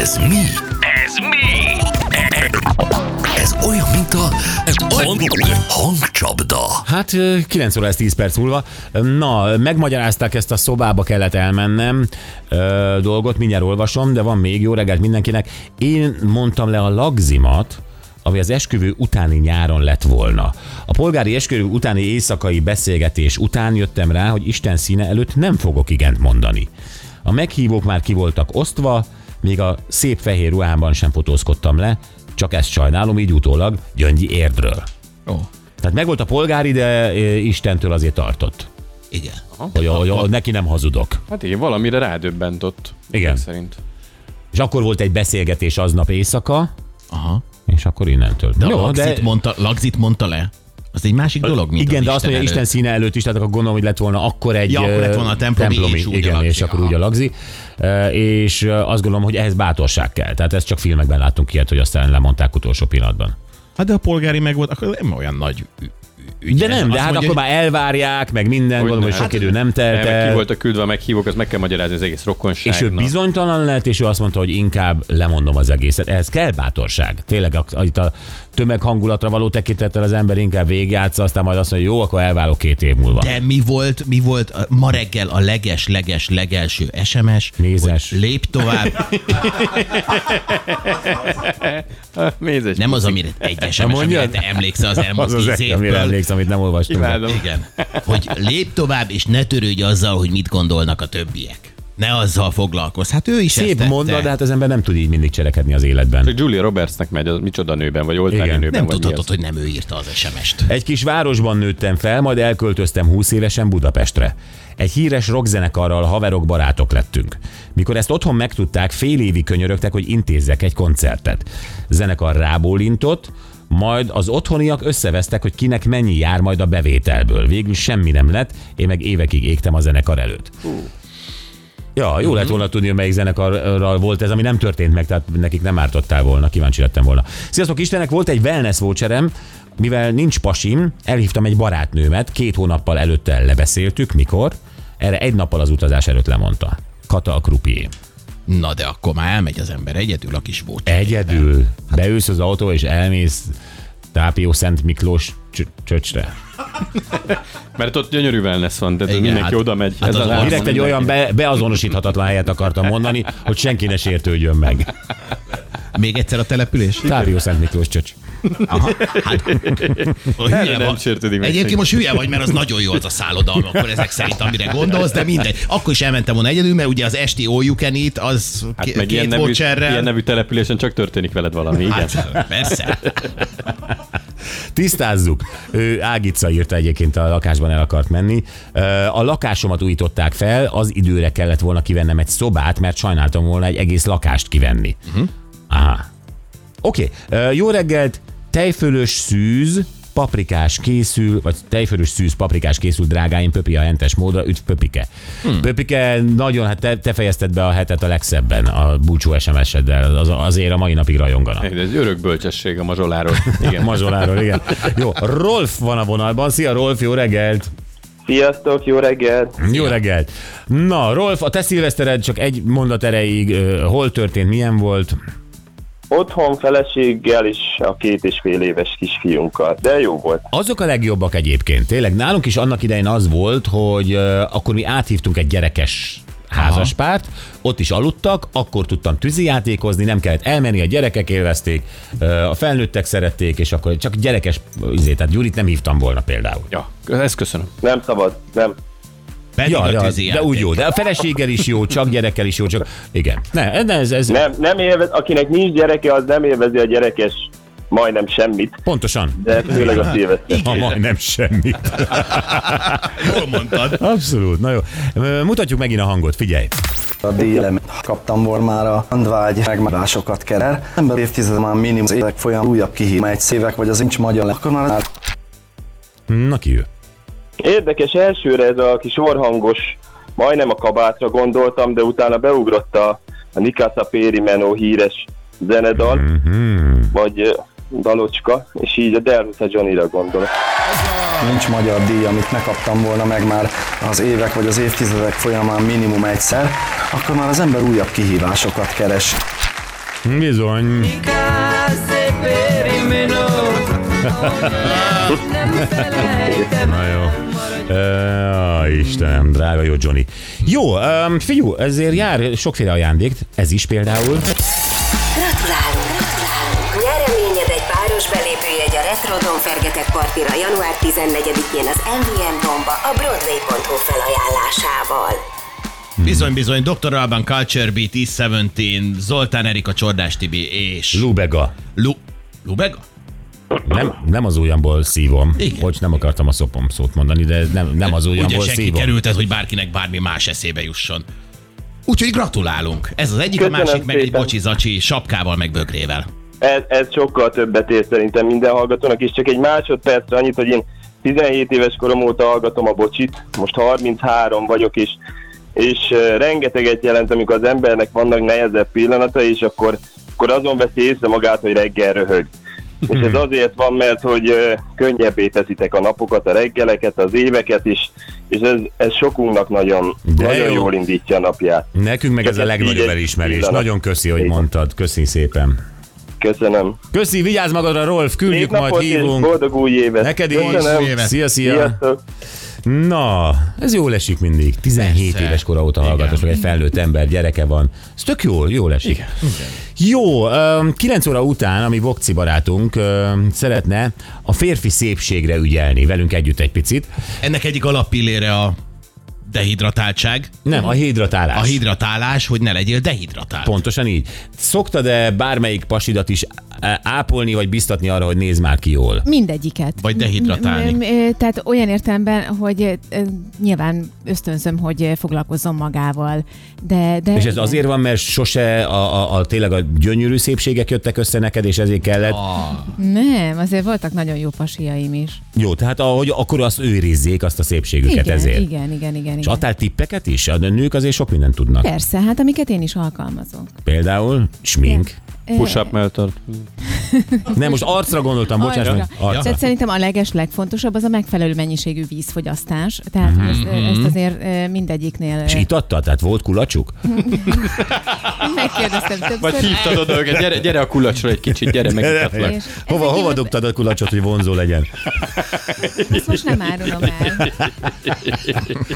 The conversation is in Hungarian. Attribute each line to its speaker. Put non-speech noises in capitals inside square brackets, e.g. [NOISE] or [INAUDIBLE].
Speaker 1: Ez mi?
Speaker 2: Ez mi?
Speaker 1: Ez olyan, mint a hangcsapda.
Speaker 3: Hát ö, 9 óra ez 10 perc múlva. Na, megmagyarázták ezt a szobába kellett elmennem ö, dolgot, mindjárt olvasom, de van még jó reggelt mindenkinek. Én mondtam le a lagzimat, ami az esküvő utáni nyáron lett volna. A polgári esküvő utáni éjszakai beszélgetés után jöttem rá, hogy Isten színe előtt nem fogok igent mondani. A meghívók már ki voltak osztva, még a szép fehér ruhámban sem fotózkodtam le, csak ezt sajnálom így utólag Gyöngyi Érdről.
Speaker 4: Ó,
Speaker 3: Tehát megvolt a polgári, de ö, Istentől azért tartott.
Speaker 4: igen.
Speaker 3: Hogy, hogy, hogy neki nem hazudok.
Speaker 5: Hát igen, valamire rádöbbent ott.
Speaker 3: Igen.
Speaker 5: Szerint.
Speaker 3: És akkor volt egy beszélgetés aznap éjszaka,
Speaker 4: Aha.
Speaker 3: és akkor innentől.
Speaker 4: De, Jó, a lagzit, de... Mondta, lagzit mondta le. Az egy másik dolog, mint
Speaker 3: igen,
Speaker 4: az
Speaker 3: de azt mondja,
Speaker 4: előtt.
Speaker 3: Isten színe előtt is, tehát akkor gondolom, hogy lett volna akkor egy
Speaker 4: Ja, akkor lett volna a
Speaker 3: ö,
Speaker 4: templomi, és úgy
Speaker 3: igen,
Speaker 4: a
Speaker 3: és
Speaker 4: lagzi,
Speaker 3: akkor
Speaker 4: aha.
Speaker 3: úgy a lagzi. Ö, És ö, azt gondolom, hogy ehhez bátorság kell. Tehát ezt csak filmekben láttunk ilyet, hogy aztán lemondták utolsó pillanatban.
Speaker 4: Hát de a polgári meg volt, akkor nem olyan nagy ü- ügy.
Speaker 3: De
Speaker 4: ez.
Speaker 3: nem, de
Speaker 4: Azt
Speaker 3: hát
Speaker 4: mondja,
Speaker 3: akkor már elvárják, meg minden, gondolom, hogy
Speaker 5: ne,
Speaker 3: sok
Speaker 5: hát-
Speaker 3: idő nem telt
Speaker 5: Nem, ki
Speaker 3: el.
Speaker 5: volt a küldve a meghívók, az meg kell magyarázni az egész rokonságnak.
Speaker 3: És ő bizonytalan lett, és ő azt mondta, hogy inkább lemondom az egészet. Ehhez kell bátorság. Tényleg a- itt a tömeghangulatra való tekintettel az ember inkább végigjátsza, aztán majd azt mondja, jó, akkor elválok két év múlva.
Speaker 4: De mi volt, mi volt a- ma reggel a leges, leges, legelső SMS?
Speaker 3: Mézes.
Speaker 4: Hogy Lép tovább,
Speaker 5: Mézes.
Speaker 4: nem az,
Speaker 3: [LAUGHS]
Speaker 4: amire egy SMS, amire
Speaker 3: mondjad?
Speaker 4: te emlékszel az
Speaker 3: Az
Speaker 4: elmúlt
Speaker 3: az
Speaker 4: tíz
Speaker 3: egy, amire
Speaker 4: évből.
Speaker 3: emlékszem, amit nem olvastunk.
Speaker 5: [LAUGHS] Imádom.
Speaker 4: Igen. Hogy lép tovább, és ne törődj azzal, hogy mit gondolnak a többiek. Ne azzal foglalkozz. Hát ő is ezt
Speaker 3: Szép
Speaker 4: tette.
Speaker 3: mondat, de hát az ember nem tud így mindig cselekedni az életben.
Speaker 5: Csak Julia Robertsnek megy, az micsoda nőben, vagy oltári
Speaker 3: Igen.
Speaker 5: nőben.
Speaker 4: Nem
Speaker 5: vagy mi
Speaker 4: tudhatod,
Speaker 5: az.
Speaker 4: hogy nem ő írta az SMS-t.
Speaker 3: Egy kis városban nőttem fel, majd elköltöztem 20 évesen Budapestre. Egy híres rockzenekarral haverok, barátok lettünk. Mikor ezt otthon megtudták, fél évig könyörögtek, hogy intézzek egy koncertet. Zenekar rábólintott, majd az otthoniak összevesztek, hogy kinek mennyi jár majd a bevételből. Végül semmi nem lett, én meg évekig égtem a zenekar előtt. Ja, jó lett volna tudni, hogy melyik zenekarral volt ez, ami nem történt meg, tehát nekik nem ártottál volna, kíváncsi lettem volna. Sziasztok Istenek, volt egy wellness voucherem, mivel nincs pasim, elhívtam egy barátnőmet, két hónappal előtte lebeszéltük, mikor, erre egy nappal az utazás előtt lemondta. Kata a krupié.
Speaker 4: Na de akkor már elmegy az ember egyedül a kis volt.
Speaker 3: Egyedül Hát- beülsz az autó és elmész Tápió Szent Miklós csö- csöcsre.
Speaker 5: Mert ott gyönyörű wellness van, de
Speaker 4: Igen,
Speaker 5: mindenki
Speaker 4: hát-
Speaker 5: oda megy.
Speaker 4: hát az
Speaker 5: a
Speaker 4: Azt
Speaker 3: Direkt egy olyan be, beazonosíthatatlan helyet akartam mondani, hogy senki ne sértődjön meg.
Speaker 4: Még egyszer a település?
Speaker 3: Tápió Szent Miklós csöcs.
Speaker 4: Aha. Hát, hülye
Speaker 5: nem
Speaker 4: vagy.
Speaker 5: sértődik meg
Speaker 4: Egyébként
Speaker 5: senki.
Speaker 4: most hülye vagy, mert az nagyon jó az a szálloda, akkor ezek szerint amire gondolsz, de mindegy. Akkor is elmentem volna egyedül, mert ugye az esti All You Can Eat, az
Speaker 5: Hát
Speaker 4: k-
Speaker 5: meg ilyen
Speaker 4: két
Speaker 5: nevű, ilyen
Speaker 4: voucherrel.
Speaker 5: nevű településen csak történik veled valami, igen.
Speaker 4: Hát, persze.
Speaker 3: Tisztázzuk. Ő Ágica írta egyébként, a lakásban el akart menni. Ö, A lakásomat újították fel, az időre kellett volna kivennem egy szobát, mert sajnáltam volna egy egész lakást kivenni. Uh-huh. Aha. Oké, Ö, jó reggelt, tejfölös szűz, paprikás készül, vagy tejfölös szűz, paprikás készül, drágáim, Pöpi a hentes módra, üdv Pöpike. Hmm. Pöpike, nagyon, hát te, te fejezted be a hetet a legszebben a búcsú SMS-eddel, az, azért a mai napig rajonganak.
Speaker 5: De Ez örök bölcsesség a mazsoláról. Igen.
Speaker 3: Mazsoláról, igen. Jó, Rolf van a vonalban. Szia Rolf, jó reggelt!
Speaker 6: Sziasztok, jó reggelt!
Speaker 3: Jó reggelt! Na, Rolf, a te szilvesztered csak egy mondat erejéig, ö, hol történt, milyen volt?
Speaker 6: Otthon feleséggel és a két és fél éves kisfiunkkal, de jó volt.
Speaker 3: Azok a legjobbak egyébként, tényleg. Nálunk is annak idején az volt, hogy ö, akkor mi áthívtunk egy gyerekes házaspárt, ott is aludtak, akkor tudtam tűzi játékozni, nem kellett elmenni, a gyerekek élvezték, ö, a felnőttek szerették, és akkor csak gyerekes, ö, izé, tehát Gyurit nem hívtam volna például.
Speaker 5: Ja, ezt köszönöm.
Speaker 6: Nem szabad, nem.
Speaker 4: Pedig
Speaker 3: Ja,
Speaker 4: a
Speaker 3: ja,
Speaker 4: tűzi
Speaker 3: de úgy jó, de a feleséggel is jó, csak gyerekkel is jó, csak igen. Ne, ne ez, ez ne.
Speaker 6: Nem, nem élvez, akinek nincs gyereke, az nem élvezi a gyerekes majdnem semmit,
Speaker 3: pontosan.
Speaker 6: de főleg a szilveszter.
Speaker 3: Ha majdnem semmit.
Speaker 4: [LAUGHS] Jól mondtad.
Speaker 3: Abszolút, na jó. Ö, Mutatjuk megint a hangot, figyelj.
Speaker 7: A délem kaptam bormára, andvágy, megmásokat kerer. Ember évtized már minimum az évek folyam újabb kihív, egy szévek vagy az nincs magyar, akkor már át-
Speaker 3: Na ki ő?
Speaker 6: Érdekes elsőre ez a kis orhangos, majdnem a kabátra gondoltam, de utána beugrott a, a Nikasa Périmeno híres eh, zenedal, vagy ö, dalocska, és így a Dermuta Johnny-ra gondolok.
Speaker 7: Nincs magyar díj, amit ne kaptam volna meg már az évek vagy az évtizedek folyamán minimum egyszer, akkor már az ember újabb kihívásokat keres.
Speaker 3: Bizony. Na jó. Ö, Istenem, drága jó Johnny. Jó, um, figyú, ezért jár sokféle ajándékt, ez is például.
Speaker 2: Gratulálunk! Nyereményed egy páros belépőjegy a Retrodom fergetett partira január 14-én az MVM Domba a Broadway.hu felajánlásával.
Speaker 4: Bizony, bizony, Dr. Alban Culture Beat, East 17, Zoltán Erika Csordás Tibi és
Speaker 3: Lubega.
Speaker 4: Lu... Lubega?
Speaker 3: Nem, nem az ujjamból szívom.
Speaker 4: Igen.
Speaker 3: Bocs, nem akartam a szopom szót mondani, de nem, nem az
Speaker 4: Ugye
Speaker 3: ujjamból
Speaker 4: senki
Speaker 3: szívom.
Speaker 4: került ez, hogy bárkinek bármi más eszébe jusson. Úgyhogy gratulálunk. Ez az egyik, a
Speaker 6: Köszönöm
Speaker 4: másik meg egy
Speaker 6: szépen.
Speaker 4: bocsizacsi sapkával meg bögrével.
Speaker 6: Ez, ez sokkal többet ér szerintem minden hallgatónak, és csak egy másodpercre annyit, hogy én 17 éves korom óta hallgatom a bocsit, most 33 vagyok, és, és eh, rengeteget jelent, amikor az embernek vannak nehezebb pillanata, és akkor, akkor azon veszi észre magát, hogy reggel röhög. És
Speaker 3: Mhm.
Speaker 6: ez azért van, mert hogy eh, könnyebbé teszitek a napokat, a reggeleket, az éveket is, és ez, ez sokunknak nagyon,
Speaker 3: De
Speaker 6: nagyon
Speaker 3: jó.
Speaker 6: jól indítja a napját.
Speaker 3: Nekünk meg
Speaker 6: Csak
Speaker 3: ez a
Speaker 6: ez így
Speaker 3: legnagyobb
Speaker 6: egy
Speaker 3: elismerés.
Speaker 6: pillanat.
Speaker 3: Nagyon köszi, hogy
Speaker 6: Igen.
Speaker 3: mondtad. Köszi szépen.
Speaker 6: Köszönöm.
Speaker 3: Köszi, vigyázz magadra, Rolf,
Speaker 6: Szép
Speaker 3: küldjük, majd
Speaker 6: napot és
Speaker 3: hívunk.
Speaker 6: boldog új évet!
Speaker 3: Neked is.
Speaker 6: Köszönöm.
Speaker 4: évet.
Speaker 3: Szia, szia.
Speaker 6: Sziasztok!
Speaker 3: Na, ez jól esik mindig. 17
Speaker 4: Persze.
Speaker 3: éves kora óta
Speaker 4: Igen.
Speaker 3: hallgatos, meg egy felnőtt ember, gyereke van. Ez tök jól, jól esik. Igen. Jó, öm, 9 óra után, ami Vokci barátunk öm, szeretne a férfi szépségre ügyelni, velünk együtt egy picit.
Speaker 4: Ennek egyik alappillére a dehidratáltság,
Speaker 3: Nem, a hidratálás.
Speaker 4: a hidratálás, hogy ne legyél dehidratált.
Speaker 3: Pontosan így. Szoktad-e bármelyik pasidat is á- ápolni, vagy biztatni arra, hogy nézd már ki jól?
Speaker 8: Mindegyiket.
Speaker 4: Vagy dehidratálni.
Speaker 8: M- m- ö, Tehát olyan értelemben, hogy ö, ö, nyilván ösztönzöm, hogy ö, foglalkozzon magával. De, de
Speaker 3: És ez
Speaker 8: igen.
Speaker 3: azért van, mert sose a, a, a tényleg a gyönyörű szépségek jöttek össze neked, és ezért kellett.
Speaker 8: Ah. Nem, azért voltak nagyon jó pasiaim is.
Speaker 3: Jó, tehát ahogy akkor azt őrizzék, azt a szépségüket
Speaker 8: Igen,
Speaker 3: ezért.
Speaker 8: igen, igen, igen.
Speaker 3: És
Speaker 8: igen.
Speaker 3: adtál tippeket is? A nők azért sok mindent tudnak.
Speaker 8: Persze, hát amiket én is alkalmazok.
Speaker 3: Például smink.
Speaker 8: Ö,
Speaker 5: Push-up melltart.
Speaker 3: Nem, most arcra gondoltam, bocsáss
Speaker 8: Arcra.
Speaker 3: meg. Arcra.
Speaker 8: Tehát szerintem a leges, legfontosabb az a megfelelő mennyiségű vízfogyasztás. Tehát mm-hmm. ezt, ezt azért ö, mindegyiknél
Speaker 3: Mhm. És itatta? Tehát volt kulacsuk? [LAUGHS]
Speaker 8: ö, megkérdeztem többször.
Speaker 5: Vagy hívtad oda őket, gyere, gyere a kulacsra egy kicsit,
Speaker 3: [LAUGHS]
Speaker 5: gyere meg itatlak.
Speaker 8: És
Speaker 3: Hova,
Speaker 8: ezek
Speaker 3: hova
Speaker 8: így-
Speaker 3: dobtad a kulacsot, hogy vonzó legyen?
Speaker 8: Ezt most nem árulom el.